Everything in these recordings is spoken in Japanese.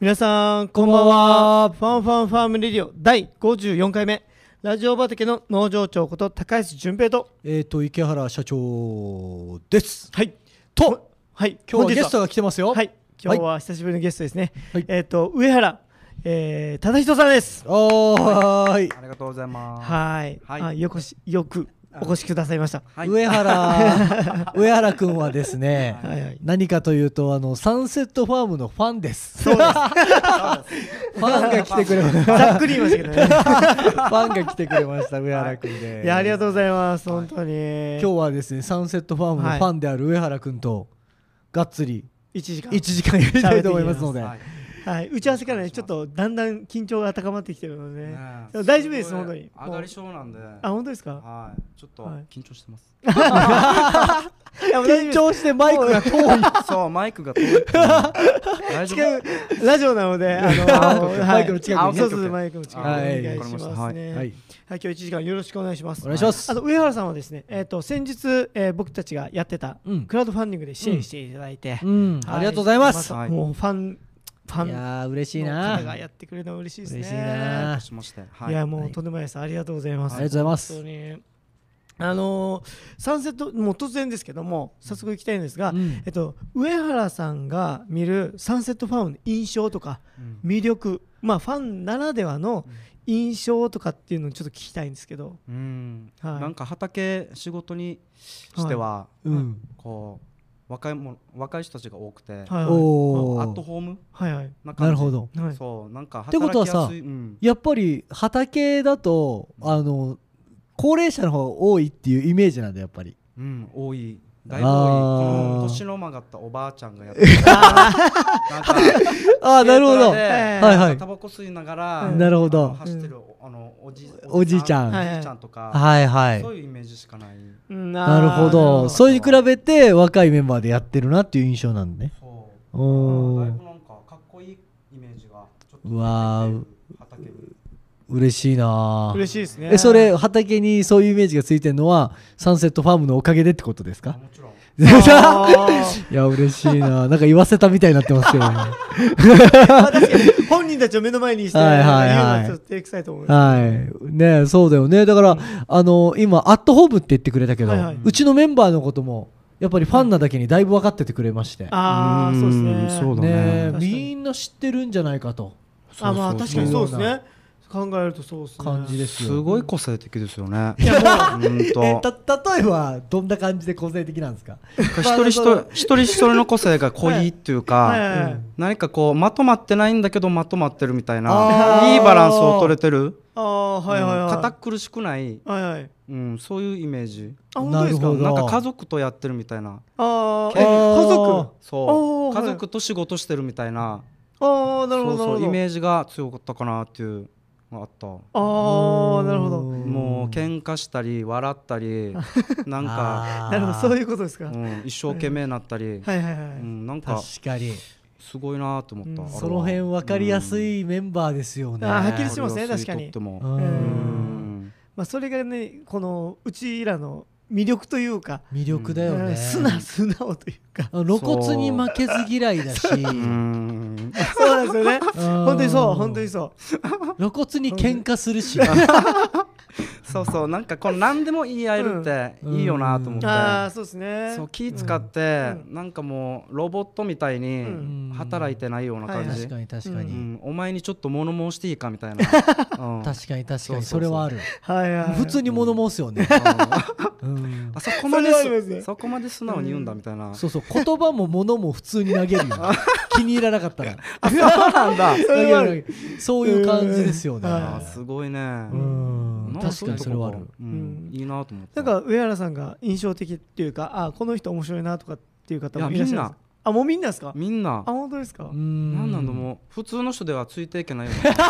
皆さんこんばんはファンファンファームレディオ第54回目ラジオ畑の農場長こと高橋純平とえっ、と池原社長です。はいとはい今日はゲストがが来てますよ。はい今日は久しぶりのゲストですね、はいえっ、と上原、えー、忠人さんですおーい。ありがとうございます。はいはいあよこしよくお越しくださいましたはい上原上原くんはですね、はいはい何かというとあのサンセットファームのファンです。そうです。ファンが来てくれ ました。ざっくり言いましたけどねファンが来てくれました上原くんで。いやありがとうごいざいます本当に、今日はですねサンセットファームのファンである上原くんとがっつり1時間1時間やりたいと思いますので。はいはい、打ち合わせからねちょっとだんだん緊張が高まってきてるので、ねねでも大丈夫ですごい本当に上がり症なんで。あ本当ですかはい。ちょっとはい緊張してます。いやもう大緊丈夫張してマイクが遠い。 そうマイクが遠いっていうのは。大丈夫。ですラジオなの であのマイクの近くにねはいそうそうそうマイクの近くにおはい願いしまわすかりねははいい。今日1時間よろしくお願いしますお願いしますあの上原さんはですねえっと先日えー僕たちがやってたうんクラウドファンディングで支援していただいてうん。はありがとうございます。たはいもうファンファいンのやー嬉しいなあ方りががやってくれるのは嬉しいですね嬉しいなしまして。はいやもはういとんでもないですありがとうございますとうございます本当にあのーサンセットもう突然ですけども早速行きたいんですが、うんえっと、上原さんが見るサンセットファームの印象とかうん魅力、まあ、ファンならではの印象とかっていうのをちょっと聞きたいんですけど、うん。はいなんか畑仕事にしてはうんこう若いもの若い人たちが多くて、アはいはいおーットホームはいはいな感じ。なるほ。どはいそうなんかてこと働はきさやすい。うんやっぱり畑だとあの高齢者の方が多いっていうイメージなんだやっぱりうん多い。だいぶあ多い。ーこの年の曲がったおばあちゃんがやってる。なんかああなるほど軽トラではいはいタバコ吸いながら、なるほどあの走ってるあのおじおじいちゃんおじいちゃんとか、はいはいそういうイメージしかない。うんなるほあどーそれに比べて若いメンバーでやってるなっていう印象なんだねそう。おだいーぶなんかかっこいいイメージがちょっとうわー畑に嬉しいなあ嬉しいですねえそれ畑にそういうイメージがついてるのはサンセットファームのおかげでってことですかあもちろん。 いあー や嬉しいなあなんか言わせたみたいになってますけどね本人たちを目の前にしてはいはいはいなんか言うのはちょっと照れくさいと思いますはい。ねえそうだよね。だから、あの、今、アットホームって言ってくれたけど、はいはいうちのメンバーのことも、やっぱりファンなだけにだいぶ分かっててくれまして。ああそうですねそうだねえ確かにみんな知ってるんじゃないかと。あまあ確かにそうですそうね考えるとそうですね感じですよ。すごい個性的ですよね。いやもううんえと。た、例えば、どんな感じで個性的なんですか一人一人一人一人の個性が濃いっていはういはいか、はい何かこうまとまってないんだけどまとまってるみたいあな、ーいいバランスを取れてる。ああはいはいはいうん堅苦しくない、はいはいうん、そういうイメージ。あ本当ですかなるほどなんか家族とやってるみたいな。あーあえー家族そあう。ーはい家族と仕事してるみたいな。ああなるほどなそるうそうイほどメージが強かったかなっていうのがあった。ああなるほどもう喧嘩したり笑っ たり、なんか、あなーるほどそういうことですかうはいん、一生懸命になったり、はいはいうはん、なんか確かに。すごいなと思った、うんあれはその辺分かりやすいメンバーですよね。あはっきりうんしてますねそれを吸い確かに取ってもうんうんまあそれがねこのうちらの魅力というか魅力だようね。ん素直素直という かあ露骨に負けず嫌いだし。うん そうなんですよね本当にそう本当にそそうう露骨に喧嘩す るしそうそうなんかこう何でも言い合えるっていいよなと思って、ああそうですねそう気使って、うなんかもうロボットみたいうんに働いてないような感じ、はいはい確かに確かうに、ん、お前にちょっと物申していいかみたいな、うん、確かに確そかにうそうそうそれはあるはいはい普通に物申すよね、うんあそこまでそれはありますねそこまで素直に言うんだみたいな、そうそう言葉も物も普通に投げるよ、ね、気に入らなかったらあそうなんだそれはある投げる投げるそういう感じですよね、あーすごいね、うんなん確かにそれはあるそういうとこうんうんいいなと思っなてんか上原さんが印象的っていうかあこの人面白いなとかっていう方もいやいらっしゃるんですかあもうみんなですかみんなあ本当ですか、うんなんなんだもう普通の人ではついていけないよな、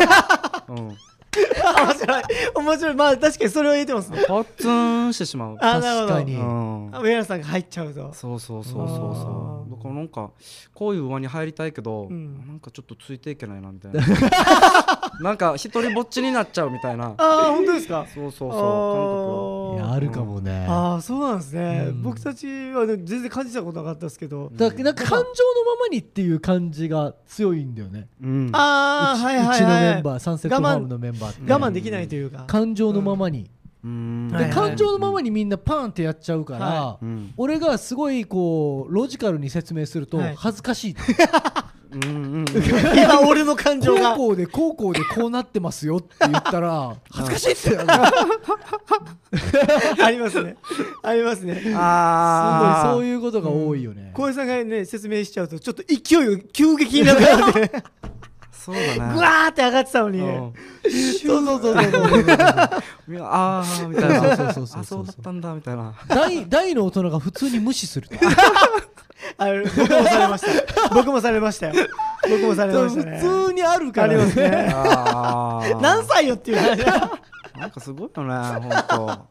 うん、あ 面白い面白いまあ確かにそれは言えてますねポッツンしてしまう、あなるほど確かにうんあ、上原さんが入っちゃうとそうそうそうそうあそーうだからなんかこういう輪に入りたいけど、うんなんかちょっとついていけないな みたいななんか一人ぼっちになっちゃうみたいなあー本当ですかそうそうそういやあるかもね、ああそうなんですね、うん僕たちはね全然感じたことなかったですけど、だからなんか感情のままにっていう感じが強いんだよねうんああうちはいはいうちのはいメンバーサンセットファームのメンバーって我慢できないというか、感情のままに、うんでではいはい感情のままにみんなパーンってやっちゃうから、はうん俺がすごいこうロジカルに説明するとはい恥ずかしい、うん うんいや俺の感情が高校で高校でこうなってますよって言った ら恥ずかしいってなるありますねありますねああそういうことが多いよね、浩平さんがね説明しちゃうとちょっと勢いが急激になくな ってそうだねぐわーって上がってたのに、うんそうそうそうそう いやああみたいなそうそうそうそうそうあそうだったんだみたいな大大の大人が普通に無視 するあれ僕もされました僕もされましたよ僕もされましたね普通にあるかありら、ますねあー何歳よっていう話なんかすごいよね本当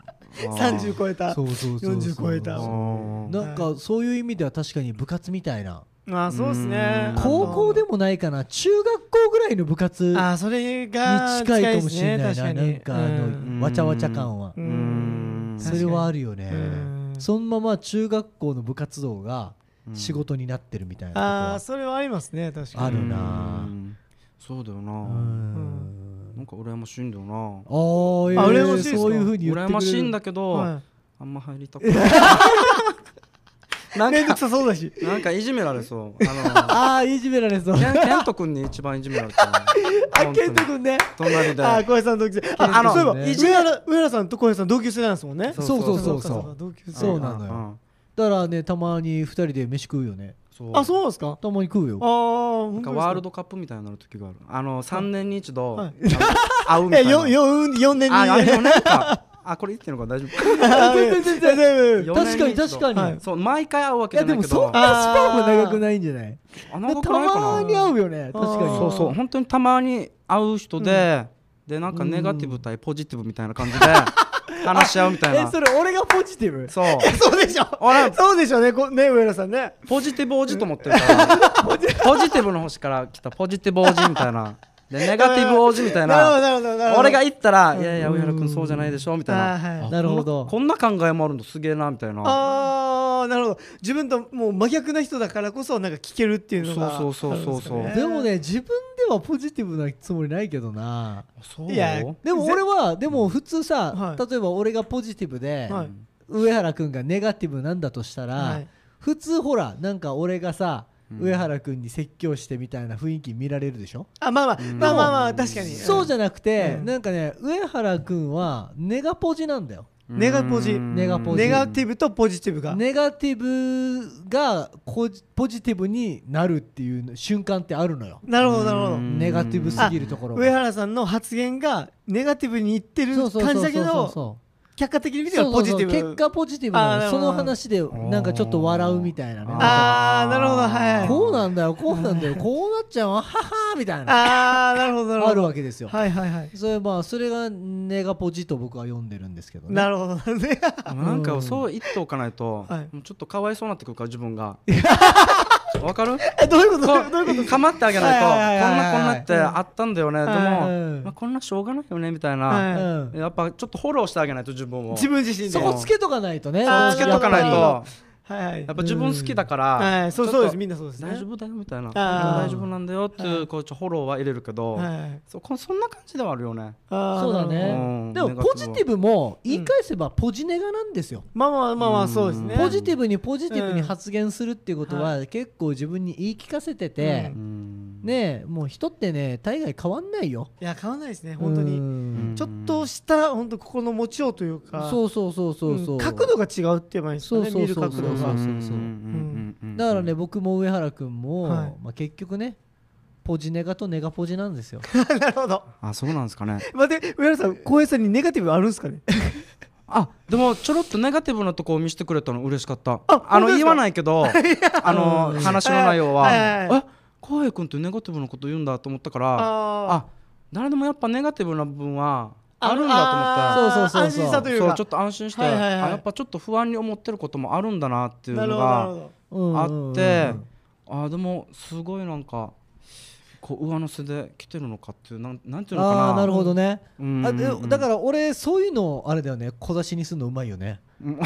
30超えたそうそうそうそう40超えたうんなんかそういう意味では確かに部活みたいなまあそうですねうん高校でもないかな中学校ぐらいの部活あそれがに近いかもしれない近な、ですね確かなにんかあのわちゃわちゃ感はう、うんんそれはあるよねうんそのまま中学校の部活動が仕事になってるみたいなとこああはそれはありますね確かにあるなうんそうだよな、うんなんか羨ましいんだよなあー、えー、あ羨ましいですかそういうふうに言ってくれる羨ましいんだけど、はあんま入りたくない ないめんんどくかさそうだしなんかいじめられそうあああいじめられそ うのケンケント君に一番いじめられたあケントん君ね隣であ小林さんの同級生ああのケそントう君いえねば上原上原さんと小林さん同級生なんですもんねそうそうそうかそうか同級生そうなのよんだからねたまに二人で飯食うよねそうあそうなんですかたまに食うよああなんかワールドカップみたいになる時があるあの3年に一度、はいあの会うみたえいなよよ四年にああれもなんかあこれ言ってるのか大丈夫 あ全然全然全然よ確かに四年に一確度かに、はいい、そう毎回会うわけじやゃでないもけどそんなスパンは長くないんじゃないあで長くたないかなまに会うよねあー確かにそうそう本当にたまに会う人で、でなんかネガティブ対ポジティブみたいな感じで 話し合うみたいなえそれ俺がポジティブそう そうでしょ俺そうでしょうねこね上原さんねポジティブおじと思ってる からポジティブの星から来たポジティブおじみたいなでネガティブおじみたいなるほどななるほどなるほど俺が言ったらう「んいやいや上原君そうじゃないでしょ」みたいあなーはいなるほどこんな考えもあるのすげえなみたいなあーなるほど自分ともう真逆な人だからこそなんか聞けるっていうのがそうそうそうそうそうあるんすでよもね自分ではポジティブなつもりないけどなそういやでも俺はでも普通さ、は例えば俺がポジティブで、はい上原君がネガティブなんだとしたら、はい普通ほらなんか俺がさ、うん上原君に説教してみたいな雰囲気見られるでしょ、あまあまあうんまあまあまあ確かにそうじゃゃなくて、うんなんかね上原君はネガポジなんだよネガポジうんネガポジネガティブとポジティブがネガティブがこポジティブになるっていう瞬間ってあるのよなるほどなるほどうんネガティブすぎるところが上原さんの発言がネガティブにいってるそうそうそう感じそうだけどそう客観的に見てそうはポジティブ結果ポジティブなあーのその話でーなんかちょっと笑うみたいなねあーなるほどはいーこうなんだよこうなんだよこうなっちゃうわははみたいなああなるほどなるあほるどわけですよはいはいはいそれまあそれがネガポジと僕は読んでるんですけどねなるほど ねでもなんかそう言っておかないと、はいもうちょっとかわいそうになってくるから自分 がわかるえどういうことこどういうこうかまってあげないとこはんいはいはいなはいこんなってあったんだよね、でも、はいはいまあ、こんなしょうがないよねみたいな、はういんやっぱちょっとフォローしてあげないと自分を自分自身でそこつけとかないとねあーつけとかないとややはいはいっぱ自分好きだから、はいそうちょそっうとですみんなそうですね大丈夫だよみたいなあー大丈夫なんだよっていう,、はいこうちょっとフォローは入れるけど、はいそこそんな感じではあるよねあーそうだなるほどうんねでもネガティブポジティブも言い返せばポジネガなんですよまあまあまあまあそうですねうんポジティブにポジティブに発言するっていうことは結構自分に言い聞かせててううんねえもう人ってね大概変わんないよいや変わんないですね本当うにんちょっとした本当心持ちようというかそうそうそうそうそううん角度が違うって言えばいいんですかねそう見そうるそう角そう度がそうそうそうんうんだからね僕も上原君も、はいまあ、結局ねポジネガとネガポジな んですよなるほどあそうなんですかね待って上原さん浩平さんにネガティブあるんですかねあでもちょろっとネガティブなとこを見せてくれたの嬉しかったああ本当でのすか言わない けどあのうん話の内容ははいはいはいえ浩平君ってネガティブなこと言うんだと思ったからああ誰でもやっぱネガティブな部分はーあるんだと思っあそうそうそうそう安心したとたいうそうかちょっと安心してはあいはいはいやっぱちょっと不安に思ってることもあるんだなっていうなるのほどなるがほうんうんうんあってあでもすごいなんかこう上乗せで来てるのかっていうなんなんていうのかなああなるほどね、うんあうんでうんうんだから俺そういうのあれだよね小出しにするのうまいよねうん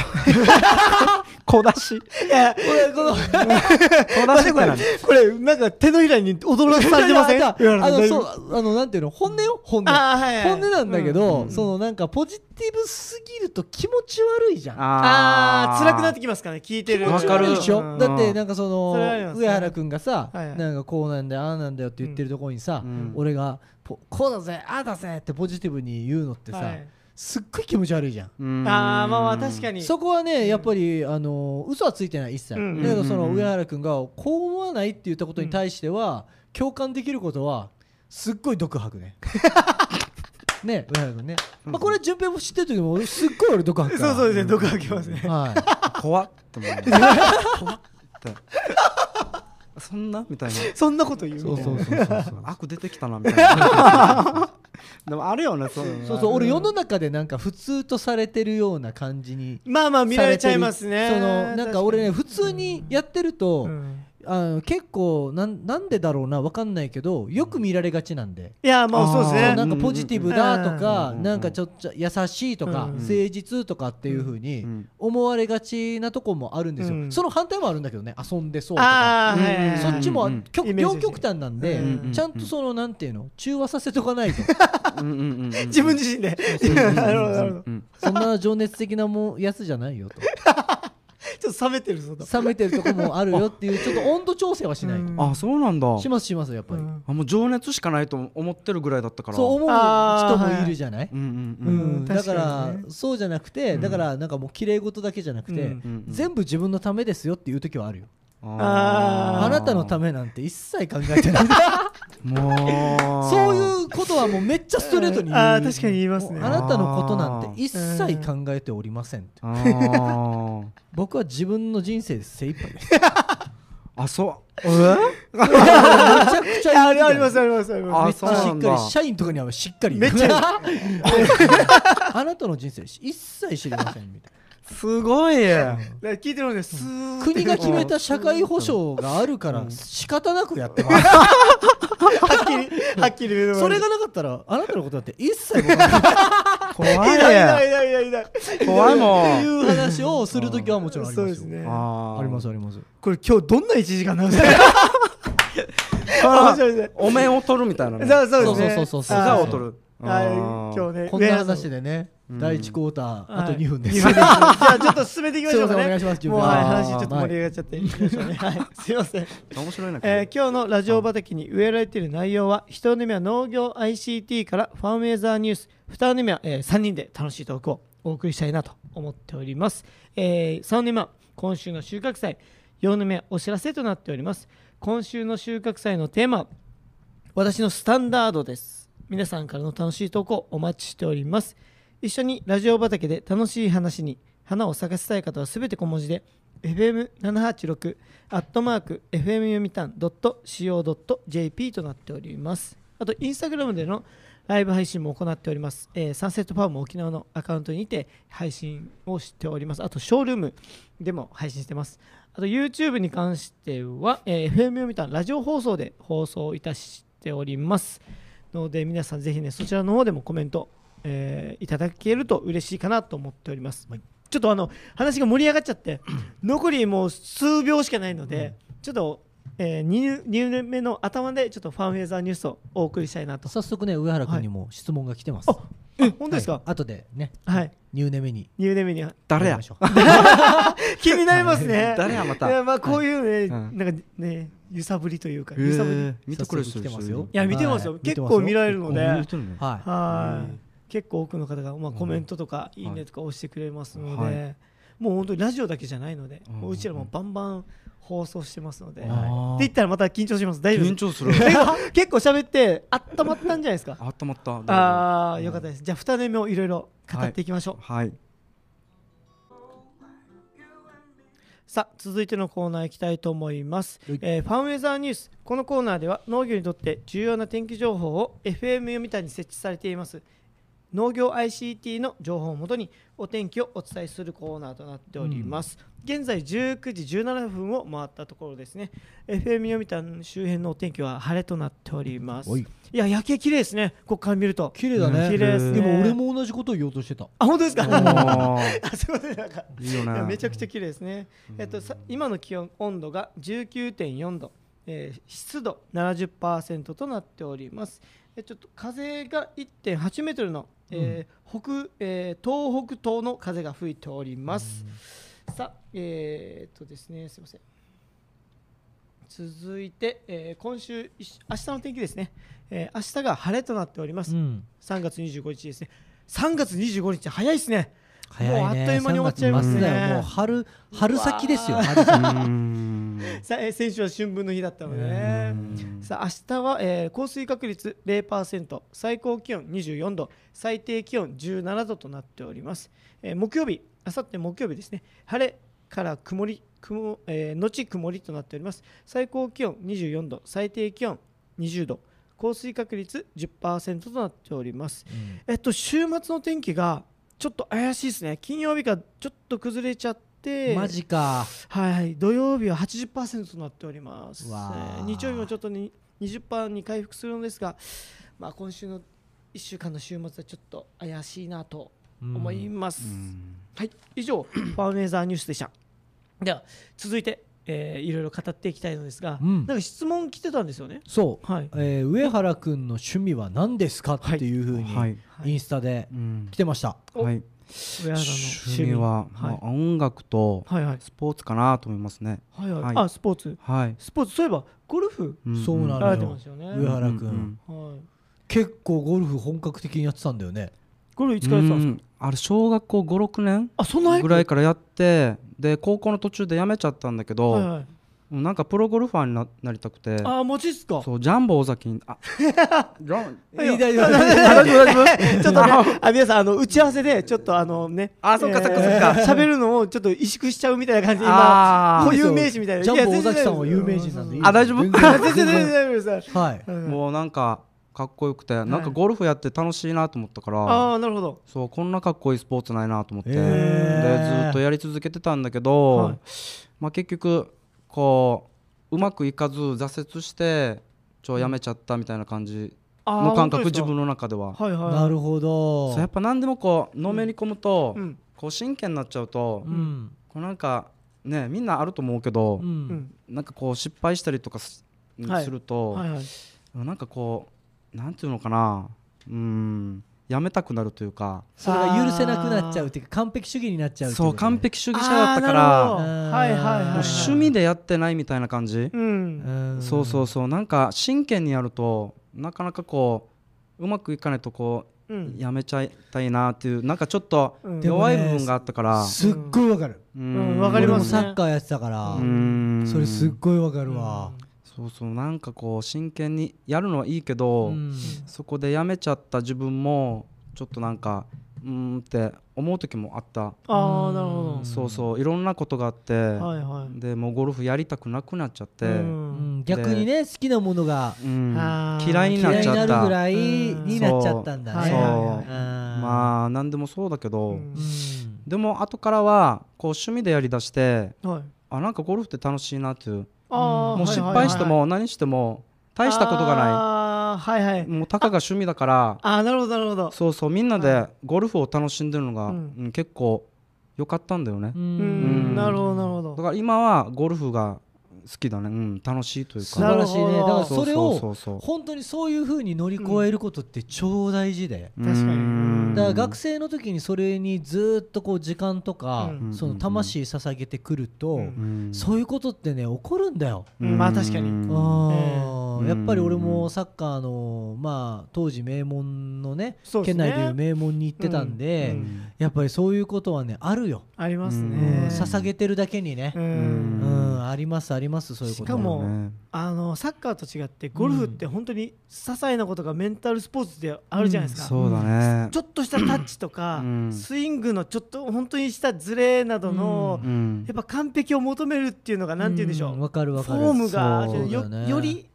小出し俺 この小出しって何これなんか手のひらに驚かされて ませんあのそうあのなんていうの本音よ本音あーはいはい本音なんだけど、うんそのなんかポジティブすぎると気持ち悪いじゃん あー辛くなってききますからね聞いてる気持ち悪いでしょ、うんだってなんかそそれはありまのすね上原君がさ、はいはいなんかこうなんだよああなんだよって言ってるとこにさ、うん俺がポこうだぜああだぜってポジティブに言うのってさ、はいすっごい気持ち悪いじゃん。ああまあまあ確かにそこはねやっぱり、あの嘘はついてない一切、うんだけどそのうん上原君がこう思わないって言ったことに対しては、共感できることはすっごい独白 ねね上原君ね、まあ、これ順平も知ってる時も俺すっごい俺独白かそらうそうですね毒吐きますねは い怖っって思う怖っってそんなみたいなそんなこと言うそうみたいそなうそうそう 悪出てきたなみたいなでもあるよねそういうのそうそう、俺ん世の中でなんか普通とされてるような感じに。まあまあ見られちゃいますねそのなんか俺ね普通にやってると、うんあの結構なんなんでだろうなわかんないけどよく見られがちなんで、いやまあそうですあねーなんかポジティブだとか、うんなんかちょっと優しいとか、うん誠実とかっていう風うにん思われがちなとこもあるんですよ、うんその反対もあるんだけどね遊んでそうとかああはいはいはいそっちもうんうんイ極メージ両極端なんで、うんちゃんとそのなんていうの中和させとかないとうんうんうんうん自分自身でうんうんうんなるほどなるほどうんそんな情熱的なもんやつじゃないよとちょっと冷めてるぞと冷めてるとこもあるよっていうちょっと温度調整はしないうんとあそうなんだしますしますやっぱりうんあもう情熱しかないと思ってるぐらいだったからそう思う人もいるじゃないうんうんううんんだかうらん確かにねそうじゃなくてだからなんかもう綺麗事だけじゃなくうてんうんうん全部自分のためですよっていう時はあるよあーあなたのためなんて一切考え てないもうそういうことはもうめっちゃストレートに言うあー確かに言いますねもうあなたのことなんて一切考えておりませんってあー僕は自分の人生で精一杯です あそうめちゃくちゃ言うじゃんあありますありますありあますそうなんしだっかり社員とかにはしっかりめっちゃ あなたの人生一切知りませんみ たいすごいだから聞いてるのですーなッて国が 決めた社会保障があるから仕方なくやってますはっきりはっきり目の前にそれがなかったらあなたのことなんて一切分からない怖いい ないいないいないいない怖いもっていんう話をするときはもちろんありそうまですすよねあーありますありますこれ今日どんな1時間なんです か面白いですねお面を取るみたいなねそうそうですね そうそうそうそうあー膝を取るはいあー今日ねこんな話でねうん第1クォーターあとはい2分で二す分じゃあちょっと進めていきましょうかねすいませんお願いしますもうはい順話ちょっ平と盛り上がっちゃっていきましょうねはい すいません面白いなこれえー今日のラジオ畑に植えられている内容は1人目は農業 ICT からファンウェザーニュース2人目は、え3人で楽しいトークをお送りしたいなと思っております、え3人目は今週の収穫祭4人目はお知らせとなっております今週の収穫祭のテーマは私のスタンダードです皆さんからの楽しい投稿お待ちしております一緒にラジオ畑で楽しい話に花を咲かせたい方はすべて小文字で FM786 アットマーク FM 読みたん .co.jp となっておりますあとインスタグラムでのライブ配信も行っております、えーサンセットファーム沖縄のアカウントにて配信をしておりますあとショールームでも配信してますあと YouTube に関しては、えー FM 読みたんラジオ放送で放送いたしておりますので皆さんぜひねそちらの方でもコメント、えーいただけると嬉しいかなと思っております、ちょっとあの話が盛り上がっちゃって残りもう数秒しかないので、ちょっと、え 2, 年目の頭でちょっとファンウェザーニュースをお送りしたいなと 早速ね上原君にも質問が来てますあえ本当ですかはい後でねはい入念目に2年目には誰やりやましょう気になりますね誰やまたいやまあこういうね、うんなんかね揺さぶりというかえー揺さぶり、い見てくれる人早速来てますよや見てますよ、はい結構見られるいのるでねあは見いてるねはい結構多くの方が、まあ、コメントとか、いいねとか押してくれますので、はいもう本当にラジオだけじゃないので、うんもううちらもバンバン放送してますので、あっーて言ったらまた緊張します大丈夫緊です張する結構喋ってあったまったんじゃないですか あったまったああよかったですじゃあ2年目をいろいろ語っていきましょう、はいさあ続いてのコーナー行きたいと思います、はいえーファンウェザーニュースこのコーナーでは農業にとって重要な天気情報を FM 読みたいに設置されています農業 ICT の情報をもとにお天気をお伝えするコーナーとなっております、現在19時17分を回ったところですね FM 読谷周辺のお天気は晴れとなっておりますおいいや夜景綺麗ですねここから見ると綺麗だね綺麗ですねでも俺も同じことを言おうとしてたあ本当ですかおあ すいませんなんかーいいよいやねめちゃくちゃ綺麗ですね、えっと、さ今の気温温度が19.4度、えー湿度70%となっておりますえちょっと風が1.8メートルの、えー北えー東北東の風が吹いております、さあえーっとですねすいません続いて、えー今週いし明日の天気ですね、えー明日が晴れとなっております、うん3月25日ですね3月25日早いですね早いねもうあっという間に終わっちゃいますね3月末だよもう春春先ですようわ春先うんさえー先週は春分の日だったのでねさあ明日は、えー降水確率0%最高気温24度最低気温17度となっております、えー木曜日あさって木曜日ですね晴れから曇り曇、えー後曇りとなっております最高気温24度最低気温20度降水確率10%となっておりますえっと週末の天気がちょっと怪しいですね金曜日がちょっと崩れちゃってマジかはいはい、土曜日は80%となっております。えわあー日曜日もちょっとに20%に回復するのですが、まあ、今週の1週間の週末はちょっと怪しいなと思います。うんはい、以上、ファーメーザーニュースでした。では、続いて、えーいろいろ語っていきたいのですが、うんなんか質問来てたんですよね。そうはい、えー上原くんの趣味は何ですかっていうふうはにいインスタでうん来てましたおはい上原さんの趣味はまはいあ音楽とはいはいスポーツかなと思いますねはいはい、はいあスポーツはいスポーツそういえばゴルフそうなやらのれてよましたよね。上原くうんんはい、結構ゴルフ本格的にやってたんだよねゴルフいつからやってたんですか、うんあれ小学校56年あそんな早くぐらいからやってで高校の途中でやめちゃったんだけど、はいはいなんかプロゴルファーにななりたくてあー、マジっすか。そうジャンボ尾崎にあ ジャンいやいいだいいだ大丈夫 大丈夫ちょっとね、あ、皆さん、あの、打ち合わせで、ちょっと、あの、ね。あそっかそっかそっか。喋るのを、ちょっと萎縮しちゃうみたいな感じで、今あ。ーこう有名人みたいな。ジャンボいや尾崎さんは有名人なんでいいですよあ大丈夫全全然然全然全然大丈夫です。はいうんもうなんかかっこよくて、なんかゴルフやって楽しいなと思ったからああ、なるほど。そうこんなかっこいいスポーツないなと思って、へーでずっとやり続けてたんだけど、はいまあ、結局こううまくいかず挫折してちょやめちゃったみたいな感じあーの本感覚当です自か分の中では。はいはい。なるほどそうやっぱ何でもこうのめり込むと、うん。こう真剣になっちゃうと、うんこうなんかねみんなあると思うけうど、んなんかこう失敗したりとかす,、はいすると、はいはい。なんかこうなんていうのかなうんやめたくなるというかそれが許せなくなっちゃうっていうか完璧主義になっちゃうっていそうことね完璧主義者だったからあーもうなるほどはいはいはい。趣味でやってないみたいな感じ、うん。んそうそうそうなんか真剣にやるとなかなかこううまくいかないとこう。うんやめちゃいたいなっていうなんかちょっとうんでも弱い部分があったから、すっごいわかるうんわかり俺まもすサねッカーやってたからうんそれすっごいわかるわそうそうなんかこう真剣にやるのはいいけど、うんそこでやめちゃった自分もちょっとなんかうーんって思う時もあった、ああ、なるほんそうそういろんなことがあって、ど。はいはい。でもうゴルフやりたくなくなっちゃって、ううんんうん逆にね好きなものがあー嫌いにな嫌っいちにゃなっるたぐらいになっちゃったんだねそううんまあ何でもそうだけど、うんうんでも後からはこう趣味でやりだしてはい。あなんかゴルフって楽しいなっていうあうあ、んもうはい失はいはい敗しても何しても大したことがなああ、はいはいい。もうたかが趣味だからああ、なるほど、なるほど。そうそうみんなでゴルフを楽しんでるのが、ううんん結構良かったんだよね、ううんん、なるほど、なるほだかど。ら今はゴルフが好きだね、うん、楽しいという素か晴らしいねなるだほかどらそれそをうそうそう本当にそういう風に乗り越えることって超大事でそう確かにうんだから学生の時にそれにずーっとこう時間とかうんその魂捧げてくるとうんうんそういうことってね起こるんだようんまあ確かにうんあーええやっぱり俺もサッカーの、まあ、当時名門のねそうです県ね内でいう名門に行ってたんで、うんやっぱりそういうことはねあるよ、ありますうんね。捧げてるだけにねう、うんんうんありますありますそういうことしかもねあのサッカーと違ってゴルフって本当に些細なことがメンタルスポーツであるじゃないですか、そうだねちょっとしたタッチとか、うんスイングのちょっと本当にしたズレなどの、ううんやっぱ完璧を求めるっていうのがなんて言うんでしょう、わかるわフかるォームがそうだよ,、ねより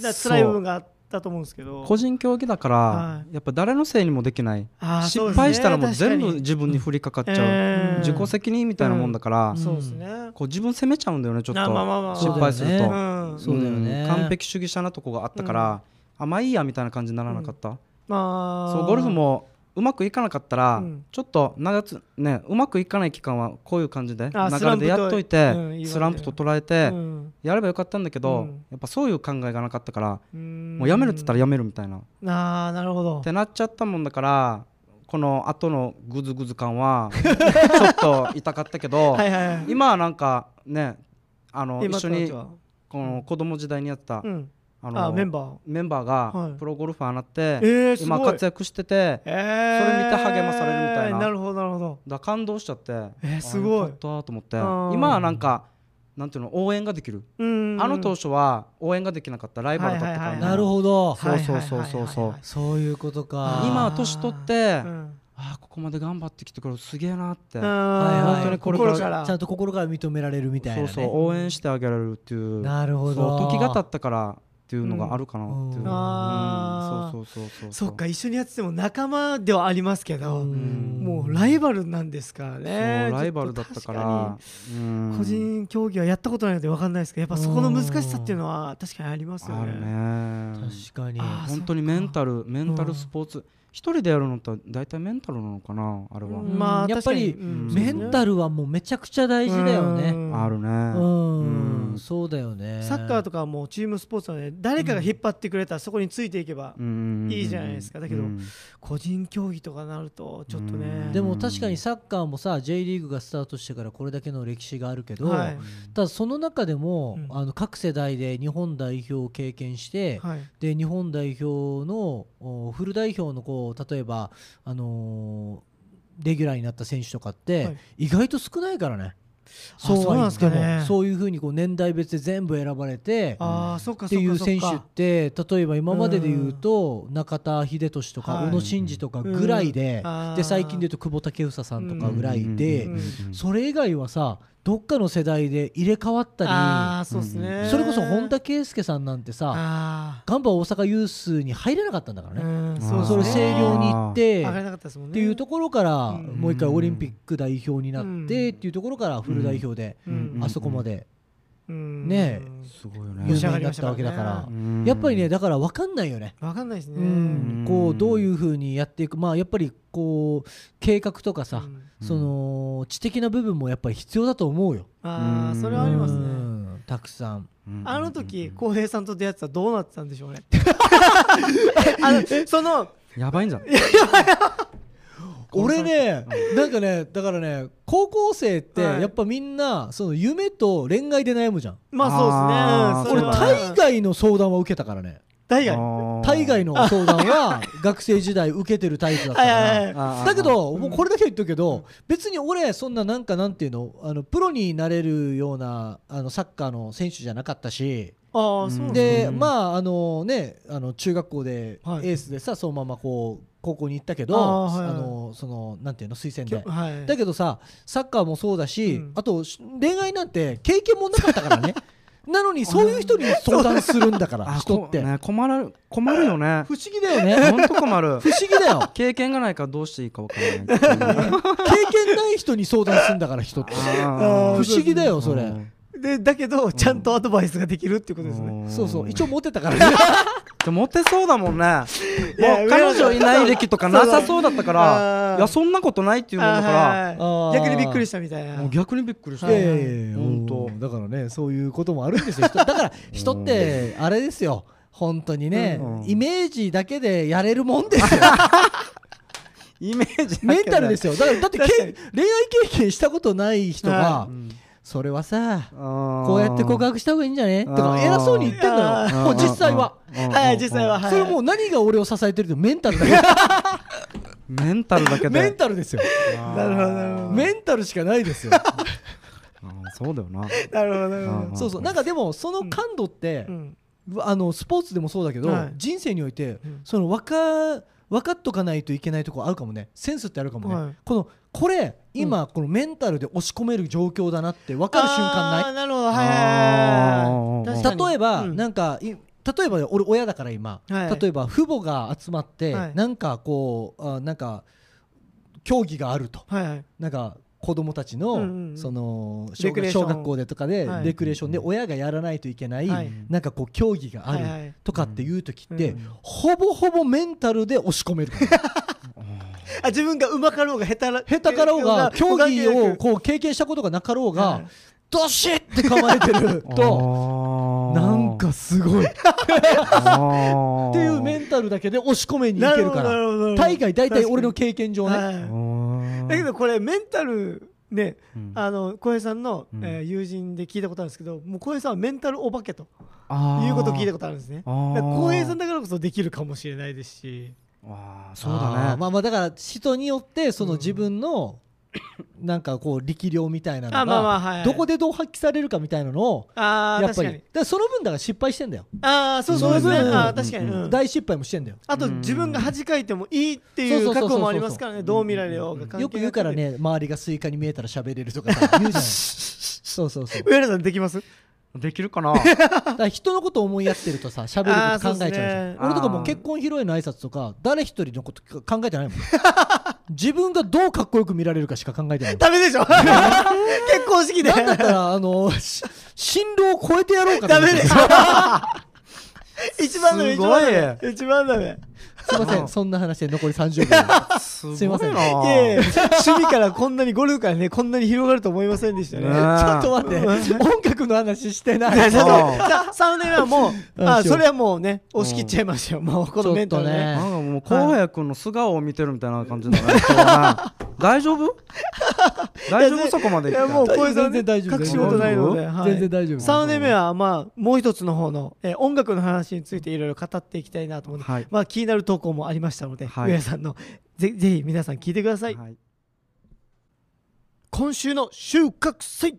な辛い部分があっったと思うんですけど個人競技だから、はやっぱ誰のせいにもできないあーそうです失ね敗したらもう全部確かに自分に降りかかっちゃう、えー自己責任みたいなもんだから、うんそうですねこう自分責めちゃうんだよねちょっと、あまあまあまあ失敗すると、そうだうんそうだよねん完璧主義者なとこがあったから、あまあいいやみたいな感じにならなかった、まあそうゴルフもうまくいかなかったら、うんちょっと長つねうまくいかない期間はこういう感じであ流れでやっといてスランプとうん言われてるスランプと捉えて、うんやればよかったんだけど、うんやっぱそういう考えがなかったから、うんもうやめるって言ったらやめるみたいな、っああなるほどてなっちゃったもんだからこの後のグズグズ 感はちょっと痛かったけど、はいはいはい今はなんかねあの一今緒となっにてはこの子供時代にやってた、うんあのあメンバーメンバーはいがプロゴルファーになって、えーす今ごい活躍しててえーそれ見て励まされるみたいななるほどなるほどだ感動しちゃって、えーあすごいよかったと思ってうん今はなんかなんていうの応援ができる、うんあの当初は応援ができなかったライバルだったから、はいはいはいなるほどそうそうそうそうそうはいはいはいはいそういうことか今は年取って、うんあーここまで頑張ってきてくれるすげえなって、はいはい本当に心からちゃんと心から認められるみたいな、そうね、そう応援してあげられるっていうなるほどそう時が経ったからっていうのがあるかなっていう、うんあーうんそうそうそうそうそっか一緒にやってても仲間ではありますけど、んもうライバルなんですからねそうライバルだったからちょっと確うんかに個人競技はやったことないので分かんないですけどやっぱそこの難しさっていうのは確かにありますよあねるね確かにあ本当にメンタルメンタルスポーツ、一人でやるのと大体メンタルなのかなあれは、んまあやっぱり確かにうんメンタルはもうめちゃくちゃ大事だようねんあるねう、うんうんそうだよねサッカーとかはもうチームスポーツなので誰かが引っ張ってくれたらそこについていけば、んいいじゃないですかだけどうん個人競技とかなるとちょっとうねんでも確かにサッカーもさ J リーグがスタートしてからこれだけの歴史があるけど、はいただその中でも、うんあの各世代で日本代表を経験して、はいで日本代表のおフル代表のこう例えば、あのーレギュラーになった選手とかって、はい意外と少ないからね。あそうなんですかねそうは言ってもそういうふうにこう年代別で全部選ばれてああそっかってそっいかうそっ選手っかて例えば今までで言うと中田英寿とかはい小野伸二とかぐらいでうんあーで最近で言うと久保建英さんとかぐらいでうんそれ以外はさどっかの世代で入れ替わったああそうですねりそれこそ本田圭佑さんなんてさあガンバ大阪ユースに入れなかったんだかあらね。うんうそうですそそれれ星ね稜に行って上がれなかったですもんねっていうところからうんもう一回オリンピック代表になっうてっていうところからフル代表でうんあそこまでうんねえすごいよ有名よにしなったわけだからやっぱりねだから分かんないよね。わかんないですねうんうんこうどういうふうにやっていくまあやっぱりこう計画とかうさ、んその知的な部分もやっぱり必要だと思うよ。ああそれはありますうねんたくさん。あの時浩平さんと出会ってたらどうなってたんでしょう ねあのそのやばいんじゃん俺ね、なんかねだからね高校生ってはいやっぱみんなその夢と恋愛で悩むじゃん。まあそうですねうん俺あーそれは海外の相談は受けたからね。大概海外の相談は学生時代受けてるタイプだったかはいはいはいら。だけどどもうこれだけは言っとくけど別に俺そんななんかなんていうのあのプロになれるようなあのサッカーの選手じゃなかったしああそうなんだでうんまああのねあの中学校でエはいースでさ、そのままこう高校に行ったけどああ、ーはいはいのそのなんていうの推薦で。はいだけどさサッカーもそうだし、うんあとし恋愛なんて経験もなかったからねなのにそういう人に相談するんだから人って、困る困るよ ね不思議だよね本当困る不思議だよ経験がないからどうしていいかわからな いっていう経験ない人に相談するんだから人ってあー不ー思議だよそれうんでだけどちゃんとアドバイスができるってことですねそうそう一応でモテたからねもモテそうだもんねもうや彼女いない歴とかなさそうだったかあーらいやそんなことないっていうもんだかはいあー逆にびっくりしたみたい ならもう逆にびっくりしたいやいやいや本当うんだからねそういうこともあるんですよ人だから人ってあれですよ本当にね、うんイメージだけでやれるもんですよイメージだけメンタルですよだからだってけ確かに恋愛経験したことない人はが、うんそれはさここうやって告白した方がいいんじゃねとか偉そうに言ってんあだーよもう実際ははい実際ははいそれもう何が俺を支えてるってメンタルだよメンタルだけでメンタルですよなるほどなるほどメンタルしかないですよあーそうだよななるほどなるほどそうそうなんかでもその感度って、うんあのスポーツでもそうだけど、はい人生において、うんその分か分かっとかないといけないところあるかもねセンスってあるかもね、はいこのこれ今、このメンタルで押し込める状況だなって分かる瞬間あーないなるほどはいはいはいあーはい例えば、うんなんかい例えばね俺親だから今、はい例えば父母が集まって、はいなんかこうあなんか競技があるとはいはいなんか子供たちの,、うんうんうんその小レクレ学ーション小学校でとかではいレクレーションで親がやらないといけない、はいなんかこう競技があはいはるいとかっていう時って、うんほぼほぼメンタルで押し込める あ自分がうまかろうが下手ら下手かろうが競技をうこう経験したことがなかろうはがいどしって構えてると となんかすごいっっていうメンンタルだけで押し込めに いなけるるほかどならるほど大会大体俺の経験上ね、はいだけどこれメンタルねあの小平さんの、うんえー友人で聞いたことあるんですけどもう小平さんはメンタルお化けとあいうことを聞いたこことあるんですねだあかーら小平さんだからこそできるかもしれないですしとあーそうだあーねまあまあだから人によってそのうん自分のなんかこう力量みたいなあのまあまあがはいはいどこでどう発揮されるかみたいなのをああやっ確かぱりだにからその分だから失敗してんだよああそうそうですねその分あー確かに、うんうん大失敗もしてんだよあとうん自分が恥かいてもいいっていそううそうそうそうそ覚悟うもありますからねどう見られようが関係なよく言うからね周りがスイカに見えたら喋れるとかさ言うじゃないそうそうそう上原さんできますできるか なだから人のこと思いやってるとさ喋あるーこと考えちゃうじゃそうっすんね俺とかもう結婚披露宴の挨拶とか誰一人のこと考えてないもん自分がどうかっこよく見られるかしか考えてないダメで しょ 結婚式でなんだったらあのし新郎を超えてやろうかとダ思っメて でしょ一番ダメす一番ごいダメ一番ダメすいませうんん、そんな話で残り30秒。すごすいませんないやいや趣味からこんなにゴルフからねこんなに広がると思いませんでしたね。ねちょっと待って、音楽の話してないやい。ちょっと さ3年はもううんあしようそれはもうね押し切っちゃいましたよもうこのメンタルちょっとね。ねなんかもう浩平君の素顔を見てるみたいな感じだ ね今日はね大丈夫大丈いや夫そこまでい行やったもうこういうの全然大丈夫隠し事ないので大はい全然大丈夫。 3年目はまあもう一つの方の、えー音楽の話についていろいろ語っていきたいなと思って、はいまあ、気になる投稿もありましたので、はい上田さんのぜぜひ皆さん聞いてください、はい今週の収穫祭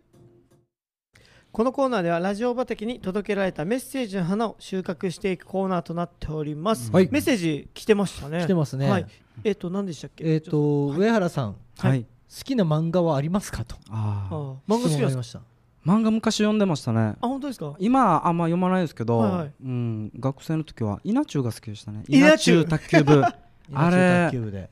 このコーナーではラジオ畑に届けられたメッセージの花を収穫していくコーナーとなっております、はいメッセージ来てましたね来てますね。はい、えっ、と何でしたっけえっ、ちょっと、上原さん、好はいきな漫画はありますかと。あとーあー漫画好きなん質問ですありかました。漫画昔読んでましたねあ本当ですか今あんま読まないですけど、はいはいうん、学生の時は稲中が好きでしたね稲稲中中卓球部ねあれ野球卓球部で。はいはい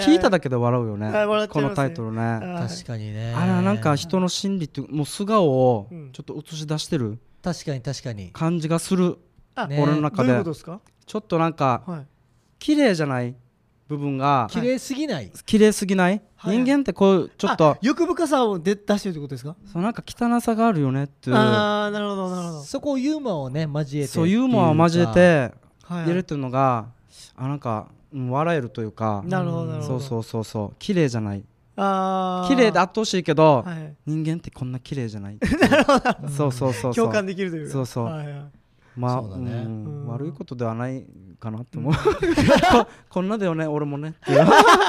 聞いただけで笑うよね、はい笑っちゃこいますねのタイトルねあはい確かにね。れはなんか人の心理ってもう素顔をうんちょっと映し出してる確かに確かに。感じがする、あね俺どの中ういうこでとですかちょっとなんかはい綺麗じゃない部分が綺麗すぎない。綺麗すぎない、はい人間ってこうちょっとあ欲深さを出出してるってことですかそうなんか汚さがあるよねっていうああなるほどなるほどそこをユーモアをね、交えて。そうユーモアを交え。てはい入れてるのがあなんか、うん、笑えるというかなるほどなるほどそうそうそうそう綺麗じゃないああ綺麗であってほしいけど、はい人間ってこんな綺麗じ ゃないそうそうそうそ共う感できるというかそうそうはいはいまあそうだねうんうん悪いことではないかなって思うこ こんなだよね俺もねっていう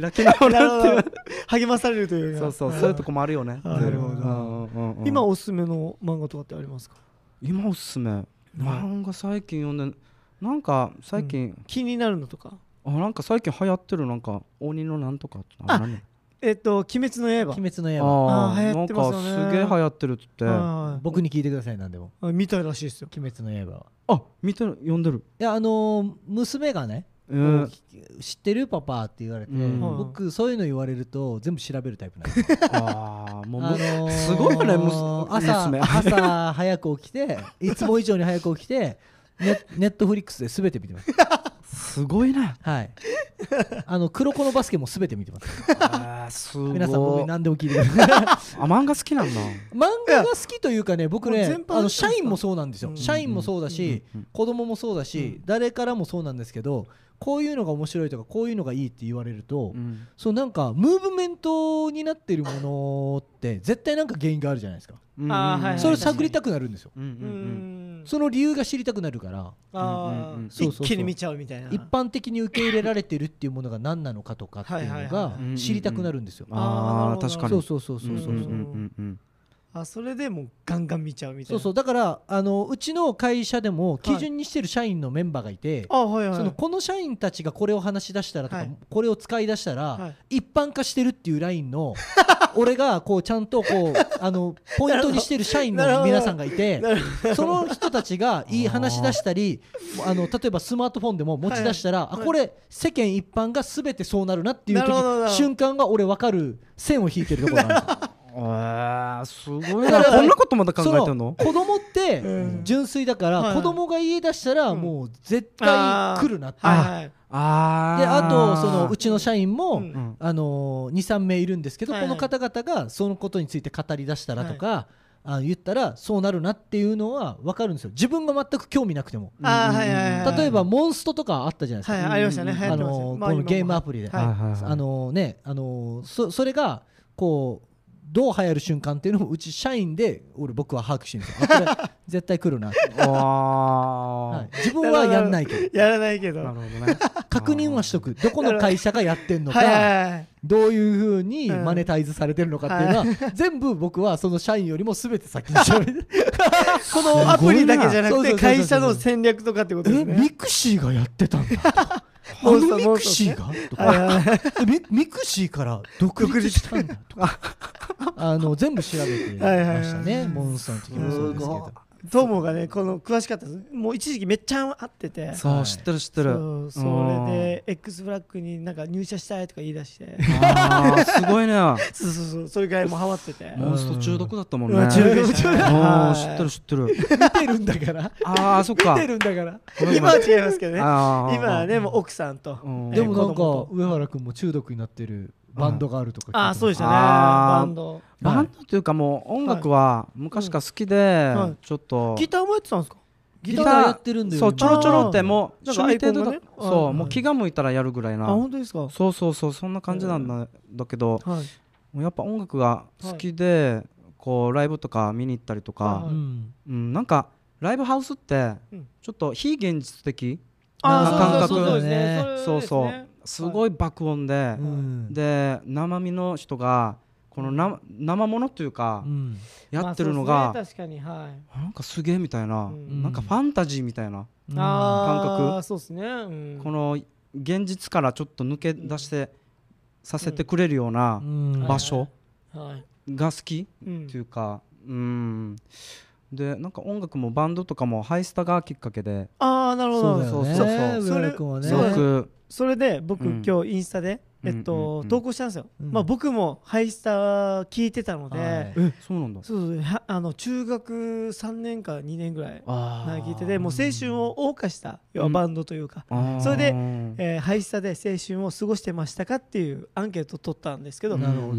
開き直るなるほっていうど励まされるというかそうそうはそういうとこもあるよねなるほどうんうんうん今おすすめの漫画とかってありますか今おすすめ漫画最近読んでなんか最近、気になるのとかあなんか最近流行ってるなんか鬼のなんとかあ何えっと「鬼滅の刃鬼滅の刃。ああーー流行ってますよねなんかすげえ流行ってるっつってあはい 僕に聞いてください、何でも。あ見たいらしいですよ鬼滅の刃は。見てる読んでるいや、あのー娘がね、えー知ってるパパって言われて、うん僕そういうの言われると全部調べるタイプなんです、あーも う、あのーすごいよねむす朝娘朝早く起きて いつも以上に早く起きてネネットフリックスで全て見てますすごい ねはいあの黒子のバスケも全て見てますあーすごい皆さん僕に何でも聞いてください あ漫画好き なんだ漫画が好きというかね僕もうね全般あの社員もそうなんですよ、うん社員もそうだし、うんうん子供もそうだし、誰からもそうなんですけどこういうのが面白いとかこういうのがいいって言われると、うんそうなんかムーブメントになってるものって絶対なんか原因があるじゃないですか、うんあーはいはいそれを探りたくなるんですよ、うんううんんその理由が知りたくなるからあうんうんうんーそうそう一そう気に見ちゃうみたいな一般的に受け入れられてるっていうものが何なのかとかっていうはいのはいはがいはい知りたくなるんですよ、うんあーあーなるほど確かにそうそうそうそうそうそそうう、そうんうんあそれでもうガンガン見ちゃうみたいそうなそううだからあのうちの会社でも基準にしてる社員のメンバーがいて、あはいはいそのこの社員たちがこれを話し出したらとはか、いこれを使い出したら、は一般化してるっていうラインの俺がこうちゃんとこうあのポイントにしてる社員の皆さんがいてなるその人たちがいい話し出したりあの例えばスマートフォンでも持ち出したら、はいはいあこれ世間一般が全てそうなるなっていうなるほどなるほ時ど瞬間が俺分かる線を引いてるところなんですよえすごいだなからこんなことまだ 考そえてんの子供ってうん純粋だから、はい子供が言い出したらうんもう絶対来るなって、はいはいあであとそのうちちの社員も、うんあのー、23名いるんですけど、はいはいこの方々がそのことについて語り出したらとか、あ言ったらそうなるなっていうのは分かるんですよ自分が全く興味なくても、あーはいはいはいはい例えばモンストとかあったじゃないですか、はいありましたね流行あってましたねのーまあ今このもゲームアプリで、はいあのねあのそそれがこうどう流行る瞬間っていうのもうち社員で俺僕は把握してるんですよあ これ絶対来るな、はわい、自分はやんないけどやらないけどーなはるほどね確認はしとくどこの会社がやってんいのはか、いはいどういうふうにマネタイズされてるのかっていうのは、 全部僕はその社員よりも全て先に調べてこのアプリだけじゃなくすてごいなそうそうそうそう会社の戦略とかってことですえねミクシーがやってたん だあモンストのミクシーがとはいかはいはいえミミクシーから独立したんだとかあの全部調べてまはいはいはいしたねモンスターの時もそうですけすごいど。トモがねこの詳しかったですもう一時期めっちゃ合っててそう知ってる知ってるそうそれで X フラッグになんか入社したいとか言い出して うんあーす ごいねそうそうそうそれぐらいもうハマって てモンスト中毒だったもんねううんん知中毒ってる知ってる見てるんだ からああそ っか見てるんだからごめんご今めんは違いますけどねあー今はねもう奥さんとうんえーでもな子ん供か上原君も中毒になってるバンドがあるとか聞いてああそうでしたねあバーンドバンドというかもう音楽は昔から好きではいちょっとギターもやってたんですかギターやってるんだよそうちょろちょろって今もうなん趣かアイコン味が程ね度だうんそううんもう気が向いたらやるぐらいあな本当ですかそうそうそうそんな感じなんだだけどはいもうやっぱ音楽が好きでこうライブとか見に行ったりとはいはかいうんうんなんかライブハウスってうんちょっと非現実的あなあんかそうそうそうですねれそでうすそねうすごい爆音でうんで生身の人がこのな生ものというかうんやってるのまあがそうですね確かにはいなんかすげえみたいな、うんなんかファンタジーみたいな、あ感あそうですねうんこの現実からちょっと抜け出してさせてくれるようなうん場所はいが好きうんっていうかうんでなんか音楽もバンドとかもハイスタがきっかけでああなるほそうだどよそうねそうそう上原君はねすそごうだねくそれで僕うん今日インスタでえっうんうんとうん投稿したんですようんまあ僕もハイスタ聞いてたのはいでえそうなんだそうそうはあの中学3年か2年ぐらいあはい聞いててもううん青春を謳歌した要うはんバンドというか、ーそれでうんえー、ハイスタで青春を過ごしてましたかっていうアンケートを取ったんですけど、うんなるほど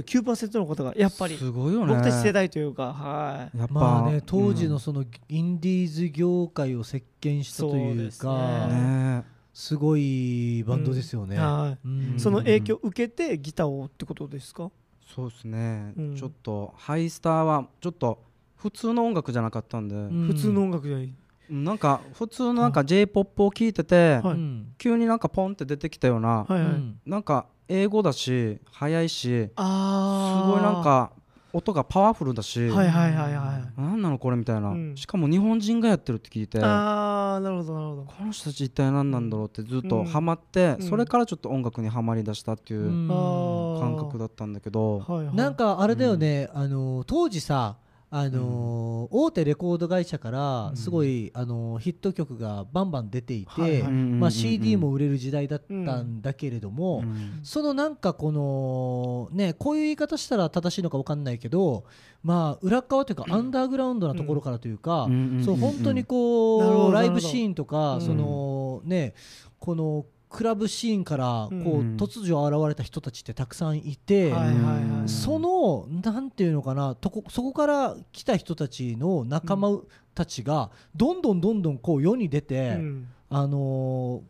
79%の方がやっぱりすごいよね僕たち世代というか、はい、やっぱまあね当時のうんそのインディーズ業界を席巻したとそういでうすねかねすごいバンドですよね。はうんい、その影響を受けてギターをってことですか、そうですね、うんちょっとハイスターはちょっと普通の音楽じゃなかったんで、うん普通の音楽じゃない、なんか普通のなんか j p o p を聴いてて、はいうん急になんかポンって出てきたようはな、いはいうんなんか英語だし速いしすあーごいなんか音がパワフルだし、はいはいはいはいなんなのこれみたいな、うんしかも日本人がやってるって聞いてこああなるほどなるほどの人たち一体何なんだろうってずっうとんハマって、うんそれからちょっと音楽にはまりだしたっていうあー感覚だったんだけど、はいはいなんかあれだよね、あの当時さあの大手レコード会社からすごい、あのヒット曲がバンバン出ていて、はいはいまあ、CD も売売れる時代だったんだけれども、うんそのなんかこのねこういう言い方したら正しいのか分かんないけどまあ裏側というかアンダーグラウンドなところからというか、そう本当になるほこどうライブシーンとか、うんそのねこのクラブシーンからうんこう、突如現れた人たちってたくさんいて、はいはいはいそのなんていうのかなとこそこから来た人たちの仲間たちがどんどんどんどんこう世に出て、うんあの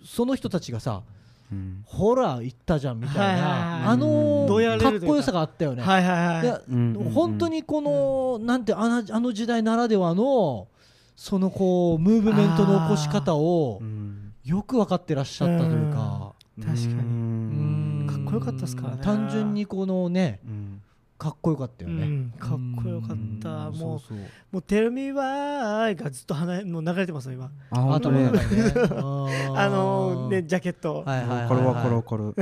ーその人たちがさうんほら行ったじゃんみたいな、はいはいはいあのーどうやれるといかうっかこよさがあったよね。はいはいいはいやうんうんうん本当にこの、なんてあのあの時代ならではのそのこうムーブメントの起こし方をうんよく分かってらっしゃったというか、確かにうんうんかっこよかったっすからね単純にこのねうんかっこよかったようね、んかっこよかったんもうそうそうもう「Tell me why」がずっと鼻もう流れてますよ今あ本当頭にのわ中にね あのねジャケット、はいはいはいはいかるわかるわかる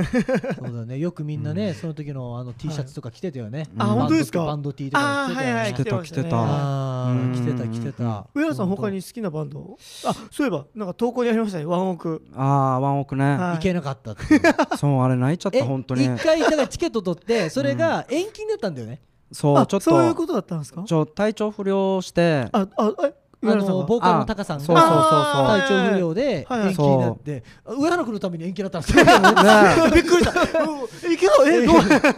そうだねよくみんなね、その時のあの T シャツとか着てたよね、あバンド本当ですかバンド T とか着てたよねあーはいはい着てた着てたあーうん着てた着てた上原さん他本に好きなバンドあそういえばなんか投稿にありましたねワンオークああワンオクね当はい行けなかったっていう そうあれ泣いちゃっえた本当に一回だからチケット取ってそれが延期になったんだよね、そうあちょっそういうとことだったんですかちょ体調不良してああえ上あ原さんのがボーカルのタカさんあがそうそうそうそうあー体調不良ではいはい延期になって、あ上原君のために延期になっ たんですよねびっくりしたうんえけどえど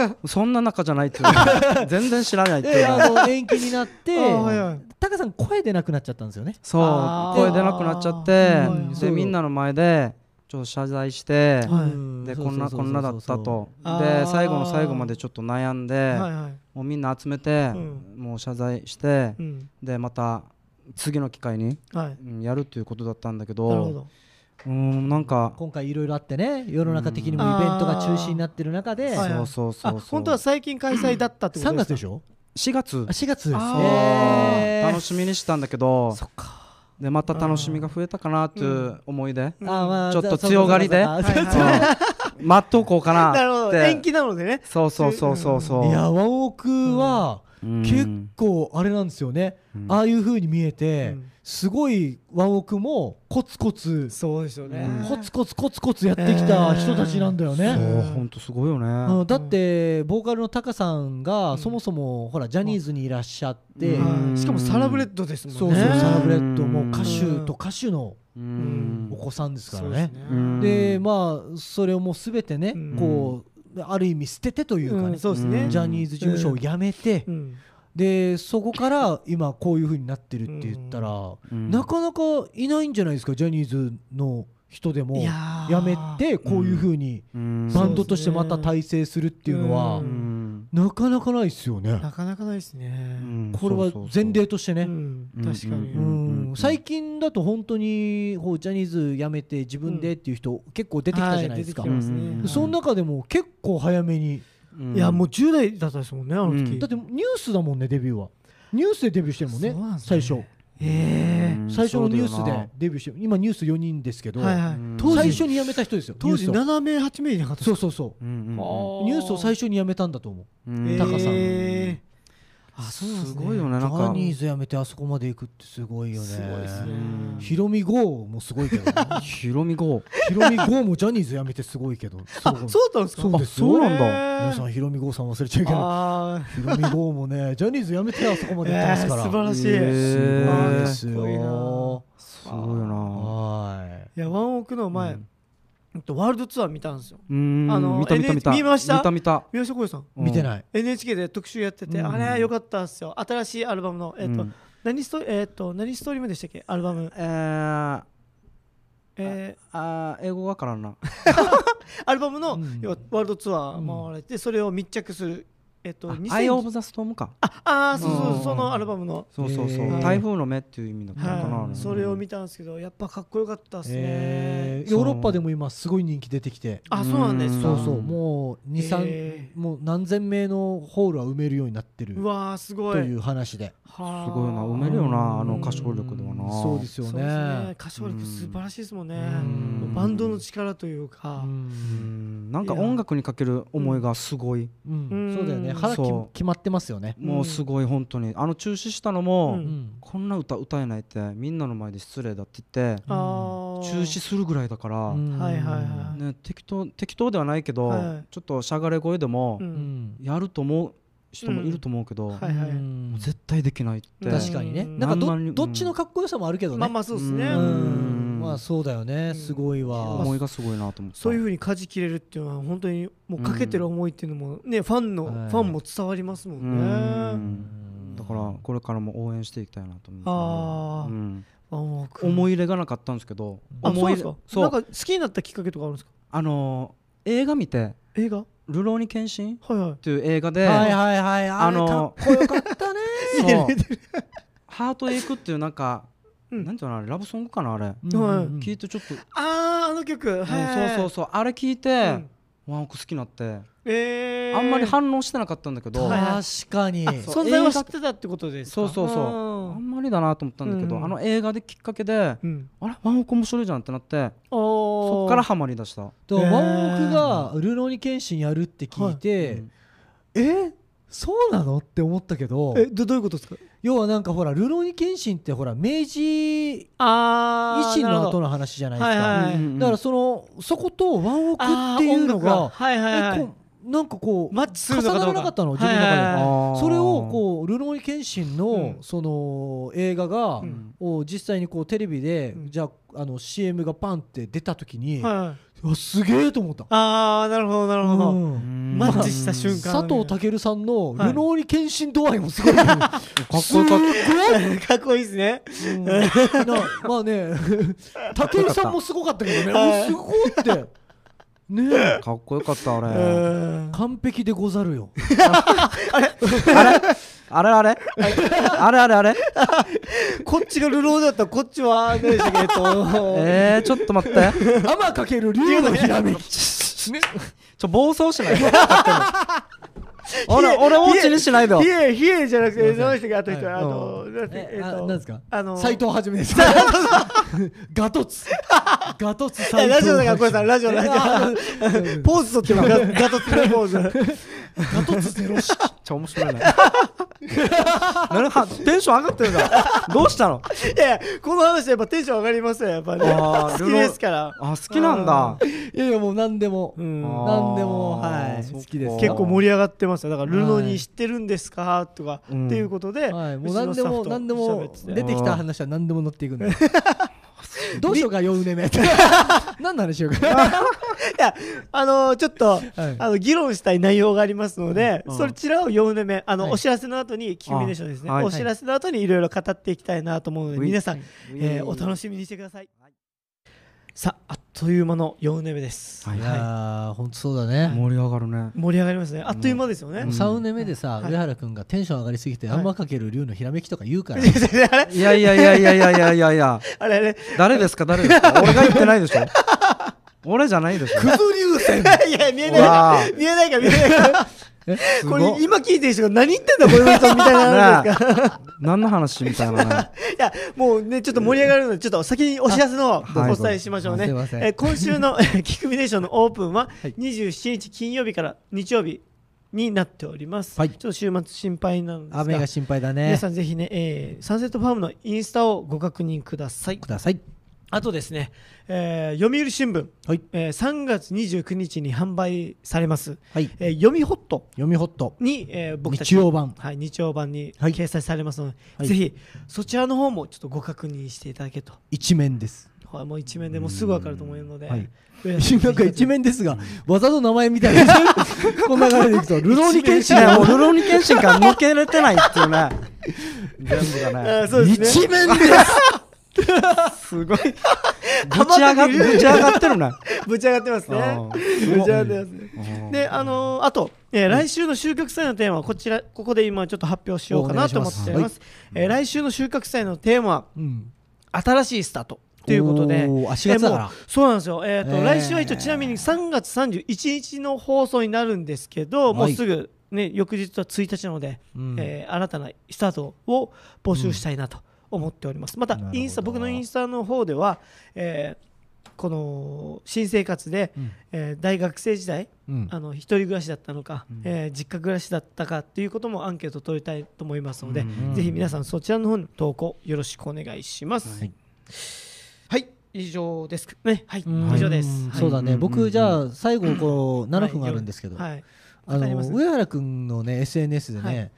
うえそんな仲じゃないってい うね全然知らないっていでうあねの延期になっあーはいてはいタカさん声出なくなっちゃったんですよねそあうー声出なくなっちゃってうんそうでみんなの前でちょっと謝罪してはいうんでそうこそんうなそうそこうんなだったとあーで最後の最後までちょっと悩んではいはいもうみんな集めてうんもう謝罪してうんでまた次の機会にはいうんやるっていうことだったんだけなるほどどうんなんか今回いろいろあってね世の中的にもイベントが中止になってる中でうんあーはいそうそうそあうそう本当は最近開催だったってこと3ですか月でしょ4月あ4月ですあそうね楽しみにしたんだけどそっかでまた楽しみが増えたかなってういう思いであーまあちょっと強がりでそうかそうか はいはいうん待っとこうかなってなるほど延期なのでねそうそうそうそうそういやワンオクはうん結構あれなんですよねうんああいう風に見えうてんすごいワンオクもコツコツそうですよねうんコツコツコツコツやってきた人たちなんだよえーねそう本当すごいようねんだってボーカルのタカさんうがんそもそもほらジャニーズにいらっしゃってうんはいしかもサラブレッドですそもんうねそうサラブレッッドも歌手と歌手のうんお子さんですからでねすうんでまあそれをもう全てね、うんこうある意味捨ててというかね、うんそうですねジャニーズ事務所を辞めて、うんでそこから今こういう風になってるって言ったら、うんなかなかいないんじゃないですかジャニーズの人でもい辞やーめてこういう風にうんバンドとしてまた体制するっていうのは、そううんなかなかないですよねな。かなかないですねうんこれはそうそうそう前例としてね、うん確かにううんんうん最近だと本当にこうジャニーズ辞めて自分でっていう人結構出てきたじゃないですか、は出てきてますねうんはいその中でも結構早めにうんいやもう10代だったですもんねあのう時んだってニュースだもんねデビューはニュースでデビューしてるもんねそうなんです最ね初えうん最初のニューそスうだよなでデビューしてる今ニュース4人ですけえど、はいはういん当最時初に辞めた人ですよ当時ニュースを7名8名いなかったそうそうそうんうんうんうニュースを最初に辞めたんだと思ううん高さんえーあそうなんですすごいねよねジなんャかニーズ辞めてあそこまで行くってすごいよねすごいですねヒロミ号もすごいけどねひろみ号ヒロミ号もジャニーズ辞めてすごいけどあそうだったんですかそうですよあそうなんだ皆えさーんヒロミ号さん忘れちゃいけないあヒロミ号もねジャニーズ辞めてあそこまで行ってまーす素から、晴らしい、えーあーすごいですよすごいよなはいいやワンオクの前、えっとワールドツアー見たんですようんあの見た見た NH 見た見ました見た見た宮下浩次さん見ていない NHK で特集やってて、うんあれ良かったっすよ新しいアルバムの、えっとうん何ストえっと何ストリームでしたっけアルバム、えーえあー英語わからんなーアルバムの、うん要はワールドツアー回れて、それを密着するえっとあ2000 Eye of the Storm かああーそうそう、うんそのアルバムの、そうそうそえうー台風の目っていう意味だったのかなはあい、れそれを見たんですけどやっぱかっこよかったっすね、えーそうヨーロッパでも今すごい人気出てきてあそうなんですかそうそうもう23、えもう何千名のホールは埋めるようになってるうわーすごといいう話ですすごいな埋めるようんなあの歌唱力ではなそうですよそうですねね歌唱力素晴らしいですもんね、うんバンドの力というか、うんなんか音楽にかける思いがすごいうんうんそうだよね腹きそう決まってますよね、んもうすごい本当にあの中止したのうもんこんな歌歌えないってみんなの前で失礼だって言ってあー中止するぐらいだからうんはいはいはね適当適当ではないけどはいちょっとしゃがれ声でもううんんやると思う人もいると思うけどんはいはいうん絶対できないってうん確かにねうんなんかあんまりうどんどっちのかっこよさもあるけどね、まあまあそうですね、あううんんまあそうだようんねすごいわ、思いがすごいなと思ってそういうふうに舵切れるっていうのは本当にもうかけてる思いっていうのもね、ファンの、はいファンも伝わりますもんうね、んだからこれからも応援していきたいなと思ってあーうんワンオク思い入れがなかったんですけどあそう思ないん入ですれかそなんうか好きになったきっかけとかあるんですかあのー映画見て映画は「流浪に献身」っいはいていう映画はでいはいはいああれかっのこよかったね そう見ハートエイクっていうなんかうんなんていうのあれラブソングかなあれはいうん聞いてちょっとあああの曲、うんそうそうそそうあれ聞いうてワンオク好きになってえー、あんまり反応してなかったんだけど、はいはい確かにそう存在は知ってたってことですかそうそうそうああーんまりだなと思ったんだけど、うんあの映画できっかけでうん、あれワンオク面白いじゃんってなってそそっからハマりだしたとワえーンオクが「ルローニケンシン」やるって聞いはいて、えそうなのって思ったけどえどどういうことですか要はなんかほら「ルローニケンシン」ってほら明治あ維新の後のの話じゃないですか、はいはいうんうんうんだからそのそことワンオクっていうのがはいはいはいえこうなんかこうマッチす重るのかどうかならなかったの自分のはいはいはい中で。あーそれをこう「ルローニケンシン」のうんその映画が、うを実際にこうテレビで、うんじゃああの CM がパンって出た時に、はいはい、うわすげえと思った。ああなるほどなるほど、うんうんマッチした瞬間佐藤健さんのはいルノーリ検診度合いもすごい、ね、かっかっこよかった かっこいいですねなまあ ね健さんもすごかったけどね、はいおすごいってねえかっこよかったあれ、うん完璧でござるよあれあれあれあれあれこっちがルローだったらこっちはねしげとえー、ちょっと待って天かける竜のひらめきねちょ暴走しないで 俺俺オチにしないでひえひえじゃなくてすいま何せでしたっけあんと一人はあとなんだっけええっあとなんですかあの斎藤はじめです ガトツガトツいや斎藤ラジオだからこれさんラジオラジジオポーズ取ってもガガトツのポー ズガトツゼロ式ちょ面白いねなんかテンション上がってるなどうしたのいやいやこの話やっぱテンション上がりますよやっぱねあー好きですからあ好きなんだいやいやもう何でもうんあー何でもはいそっか好きです結構盛り上がってましただから「ルノに知ってるんですか?」とか、うんっていうことで、はい、もちのう何スでタッもフと何でも喋ってて出てきた話は何でも乗っていくんだよ。 どうしようか4年目。 何の話しようか。いやあのちょっと、いあの議論したい内容がありますので、うんそちらを4年目あの、はいお知らせの後にキューミネーションですね、あはいお知らせの後にいろいろ語っていきたいなと思うのではい皆さん、えーうんお楽しみにしてください、さああっという間の4年目です、はいいやー、本当そうだね。盛り上がるね盛り上がりますね あっという間ですよね、ううんん3年目でさ、はい上原君がテンション上がりすぎて、はいあんまかける竜のひらめきとか言うから、あれいやいやいやいやいやいやいやいやあれあれ誰ですか誰ですか俺が言ってないでしょ俺じゃないでしょ流 線いや見えうわないー見えないから見えないからすこごれい今聞いてる人が何言ってんだこの人みたいな話ですか何の話 みたいなねいやもうねちょっと盛り上がるのでちょっと先にお知らせの方はいお伝えしましょうね、すいませんえー今週のキクミネーションのオープンははい27日金曜日から日曜日になっております、はいちょっと週末心配なんですが雨が心配だ皆ね。さんぜひね、えーサンセットファームのインスタをご確認くださいください。あとですね、えー読売新聞、はい。えー3月29日に販売されます、はい。えー読みホット読みホット。に、えー僕たち日曜版。はい、日曜版にはい掲載されますので、はいぜひそちらの方もちょっとご確認していただけと、一面です。はい、もう一面でもうすぐわかると思うので、はい上田さなんかぜひ一面ですが、技の名前みたいな。 こんな流れでいくと、ルノーニケンシンねがもうルローニケンシンから抜けれてないっていうね全部あ がねー そうですね一面ですすごいぶち上がっぶち上がってるねぶち上がってますねあぶち上がってますねーであのーあと、えー来週の収穫祭のテーマはこちらここで今ちょっと発表しようかなと思っていお願まいすえー来週の収穫祭のテーマはうん新しいスタートということでおーあ4月だからえーもうそうなんですよ、えーとえー来週は一応ちなみに3月31日の放送になるんですけど、もうすぐ、ね、翌日は1日なので、うんえー新たなスタートを募集したいなと思っております、またなるほどインスタ僕のインスタの方では、えーこの新生活で、うんえー大学生時代うんあの一人暮らしだったのか、えー実家暮らしだったかということもアンケート取りたいと思いますので、うんぜひ皆さんそちらの方に投稿よろしくお願いします。はいはい、以上ですかね。はい、うん以上です。うんはいそうだうねん僕じゃあ最後こう7分あるんですけどはあい、語りのます上原君のね SNS ではね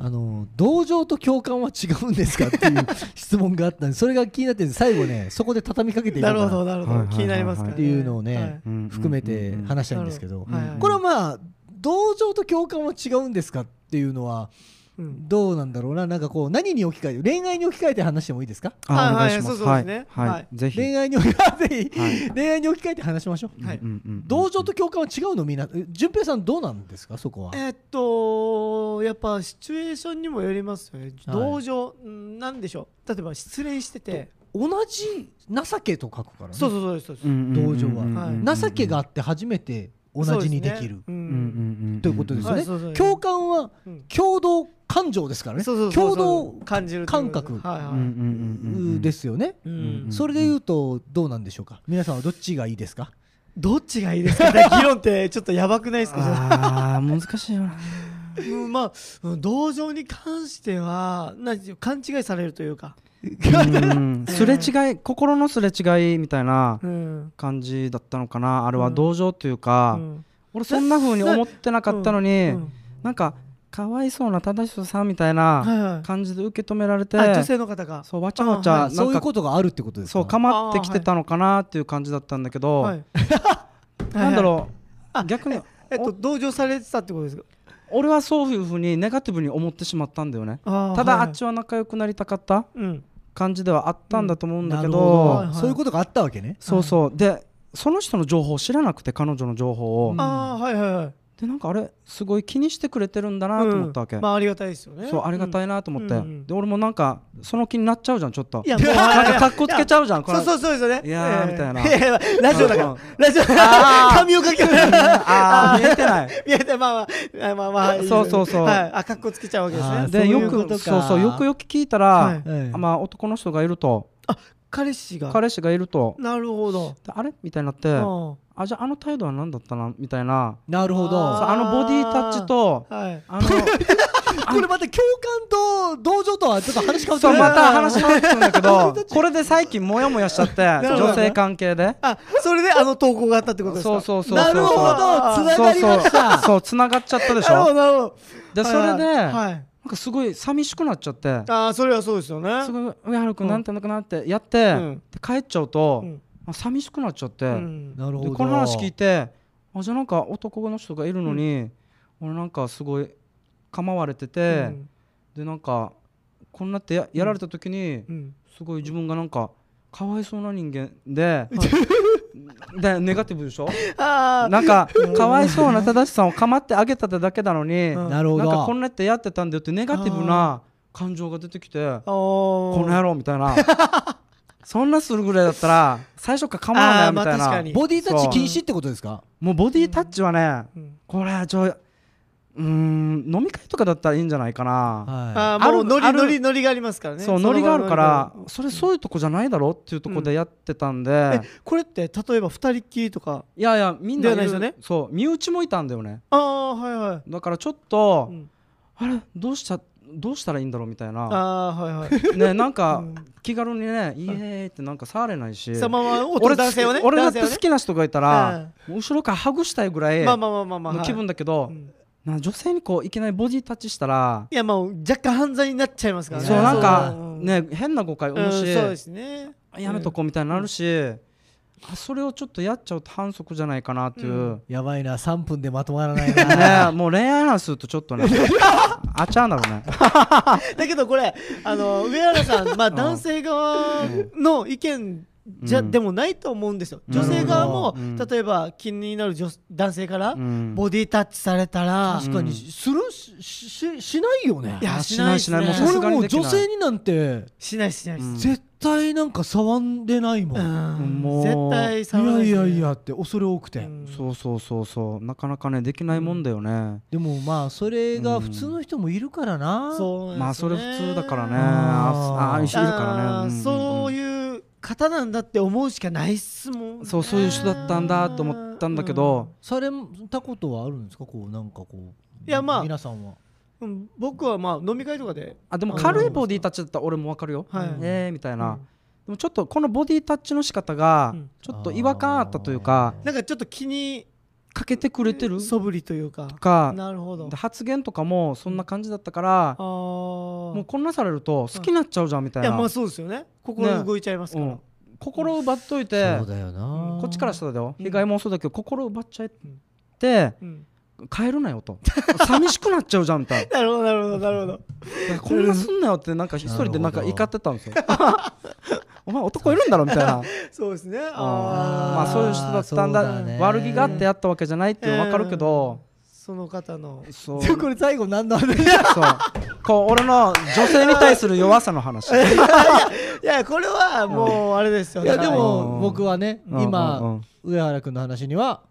あの同情と共感は違うんですかっ ていう質問があったんでそれが気になってるんで最後ねそこで畳みかけていこなうるほど、かなるほはど、いはいはい気になりますからねっていうのをねはいうんうんうんな含めて話したいんですけなるどほうんはいこれはまあ同情と共感は違うんですかっていうのはうんどうなんだろうななんかこう何に置き換え恋愛に置き換えて話してもいいですかあおはいはい願いしまそうすそうではすねいははいいぜひ恋愛に置き換えてはい恋愛に置き換えて話しましょうはいうんうんうん同情と共感は違うのみんなえ順平さんどうなんですかそこはえーっとやっぱシチュエーションにもよりますよね、同情うんなんでしょう例えば失恋してて、同じ情けと書くからねそうそうそうですそうです、うんうんうんうん同情はうんうんうんはい情けがあって初めて同じにできそうるすねううんんうんうんうんということですよはねいそうそう共感はうん共同感情ですからねそうそうそう共そう同感じるって感こと覚はいはうんうんいうんうんうんですよねううんんそれで言うとどうなんでしょうか皆さんはどっちがいいですかどっちがいいですかね議論ってちょっとやばくないですかあー難しいよなうんまあうん同情に関してはなんていう勘違いされるというかうんすれ違い心のすれ違いみたいなうん感じだったのかなあれうはん同情といううか、ん俺そんな風に思ってなかったのに、うんなんかかわいそうな正しさんみたはいないはい感じで受け止められて、あ女性の方がそうわちゃわちあゃなそうんいうかことがあるってことですかそうかまってきてたのかなっていう感じだったんだけど、はいなんだろあう逆にえっと同情されてたってことですか俺はそういう風にネガティブに思ってしまったんだよねあーただはあいっちは仲良くなりたかったうん感じではあったんだと思うんだなけるど,、はいほはいどそういうことがあったわけねそうそうでその人の情報を知らなくて彼女の情報を、うんああはいはいはいでなんかあれすごい気にしてくれてるんだなと思ったわけ、うんまあありがたいですよねそうありがたいなと思って、うんうんで俺もなんかその気になっちゃうじゃんちょっといやもうなんか格好つけちゃうじゃんこそうそううそうですよねいやーええみたいなややラジオだからラジオあー髪をかけないあ あ見えてないいやでまあまあまあまあまあそうそうそうはいあ格好つけちゃうわけですあねーそうでいうよことかくそうそうよくよく聞いたら、はいええまあ男の人がいると彼氏が彼氏がいるとなるほどであれみたいになってうんあはじゃああの態度は何だったなみたいななるほそうあどーあのボディタッチといあのこれまた共感と同情とはちょっと話変わってそうまた話変変わっちゃうんだ けどこれで最近モヤモヤしちゃってるほど女性関係であそれであの投稿があったってことですかそうそうそうそうなるほどあーつながりましそうそうたそうつながっちゃったでしなるほどょなるほどでそはれいではいはいなんかすごい寂しくなっちゃってあーそれはそうですよねすごい上原君うんなんてなくなってやって、うんで帰っちゃうと、うんあ寂しくなっちゃって、うんなるほでどこの話聞いてあじゃあなんか男の人がいるのに、俺なんかすごい構われてて、うんでなんかこんなってややられた時に、うんすごい自分がなんかかわいそうな人間 で、でネガティブでしょああなんかかわいそうな正さんを構ってあげただけなのに、うんなるほなんかこどんなってやってたんだよってネガティブな感情が出てきて。ここの野郎み たいなそんなするぐらいだったら最初から構わないよみたいあーまあ確かな、にボディタッチ禁止ってことですかもうボディタッチはねうんこれちょうーん飲み会とかだったらいいんじゃないかな、はあーもうあるノリあるノリノリがありますからねそうのノリがあるからノリがそれそういうとこじゃないだろっていうとこでやってたんで、あるえこれって例えば二人っきりとかいやいやみんでなはない言ですうよねそう身内もいたんだよねああはいはいだからちょっと、うんあれどうしたどうしたらいいんだろうみたいな、ああーはいはい ね、なんうかん気軽にね「イエーイ!」ってなんか触れないしさまあまあ俺男性はね俺だって男性は好ねきな人がいたら、もう後ろからハグしたいぐらいまあのまあまあまあまあはい気分だけどう、んな女性にこういきなりボディタッチしたら、いやまあ若干犯罪になっちゃいますからねそうねなんかうんね変な誤解をうん生むそうし、ですねやめとこうみたいになるし、あそれをちょっとやっちゃうと反則じゃないかなっていう、うんいやばいな3分でまとまらないねな もう恋愛話するとちょっとねあちゃうなるねだけどこれあの上原さんまあん男性側の意見じゃうんでもないと思うんですようん女性側もうん例えば気になる女男性からうんボディタッチされたら確かにするしししないよねいやあしないしないですしないね俺さすがもにうできない女性になんてしないしないしうん絶対なんか触んでないもん、うんもう絶対い触らやないいですやねいやって恐れ多くて、うんそうそうそうそうなかなかねできないもんだよね、でもまあそれが普通の人もいるからな、そうなんですよねまあそれ普通だからねあーああいるからあーね、んんんそういう方なんだって思うしかないっすもんねそうそういう人だったんだと思ったんだけど、されたことはあるんですかこうなんかこういやまあ皆さんはうんうん僕はまあ飲み会とかであでも軽いボディタッチだったら俺もわかるよ、はいえーみたいな、うんでもちょっとこのボディタッチの仕方がうんちょっと違和感あったというか、なんかちょっと気にかけてくれてるそぶりというかかなるほどで発言とかもそんな感じだったからあ、ーもうこんなされると好きになっちゃうじゃんみたいいな、やまあそうですよね心ね動いちゃいますかうらん心を奪っといてそうだよな、こっちからしたらだようん被害妄想だけど心を奪っちゃって、うん帰るなよと寂しくなっちゃうじゃんみたいななるほどなるほどなるほどいやこんなすんなよってなんか一人でなんか怒ってたんですよお前男いるんだろみたいなそうですねあーまあそういう人だったんだそうだね悪気があってやったわけじゃないっていうの分かるけど、その方のそうこれ最後何の話そうこう俺の女性に対する弱さの話いやこれはもうあれですよいやだかでらもうん僕はねうん今、うんうん上原君の話には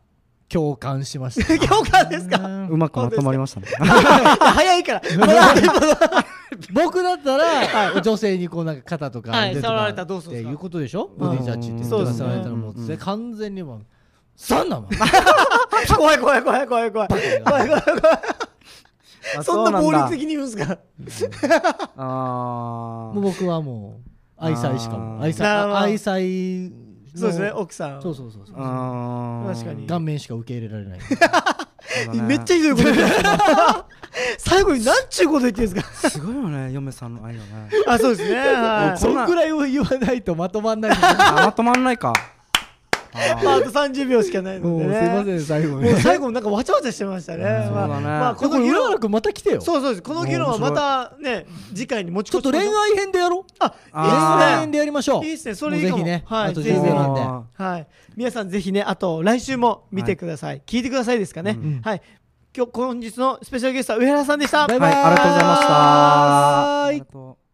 共感しまし た共感ですかうまくまとまりましたね。早いから 僕だったら女性にこうなんか肩とかはい腕とか触られたらどうするんっですてかいうことでしょうんボディジャッジってそうですね触られたらもううんうん完全にもう「さんなもん!」怖い怖い怖い怖い怖い怖い怖い怖いそんな暴力的に。に言うんですかあもう僕はもう愛妻しかもあー愛なるほど妻愛妻のそうですね奥さんそうそうそうそうあ。ああ。確かに顔面しか受け入れられないそうだねめっちゃひどいこと言ってます最後になんちゅうこと言ってんですかすごいよね、嫁さんの愛よね。あそうですねはいそんくらいを言わないとまとま んないもあまとまんないか。あーまああと30秒しかないのうすでいねません最後もうね最後なんかわちゃわちゃしてましたね。そうまだあねまあここのの議ゆら論くまた来てよちょそうそうです。この議論はまたね次回に持ち越っしまとしょう恋愛編でやろうあ恋愛いい編ででやりましすょうね。いいいですね。それいいかも。ぜひねはい。あとぜひ10ぜ秒ひなんであはい。皆さんぜひねあと来週も見てください。聞いてくださいですかねう。んはい。今日本日のスペシャルゲストは上原さんでした。バイーバはい、ありがとうございました。バイありがとう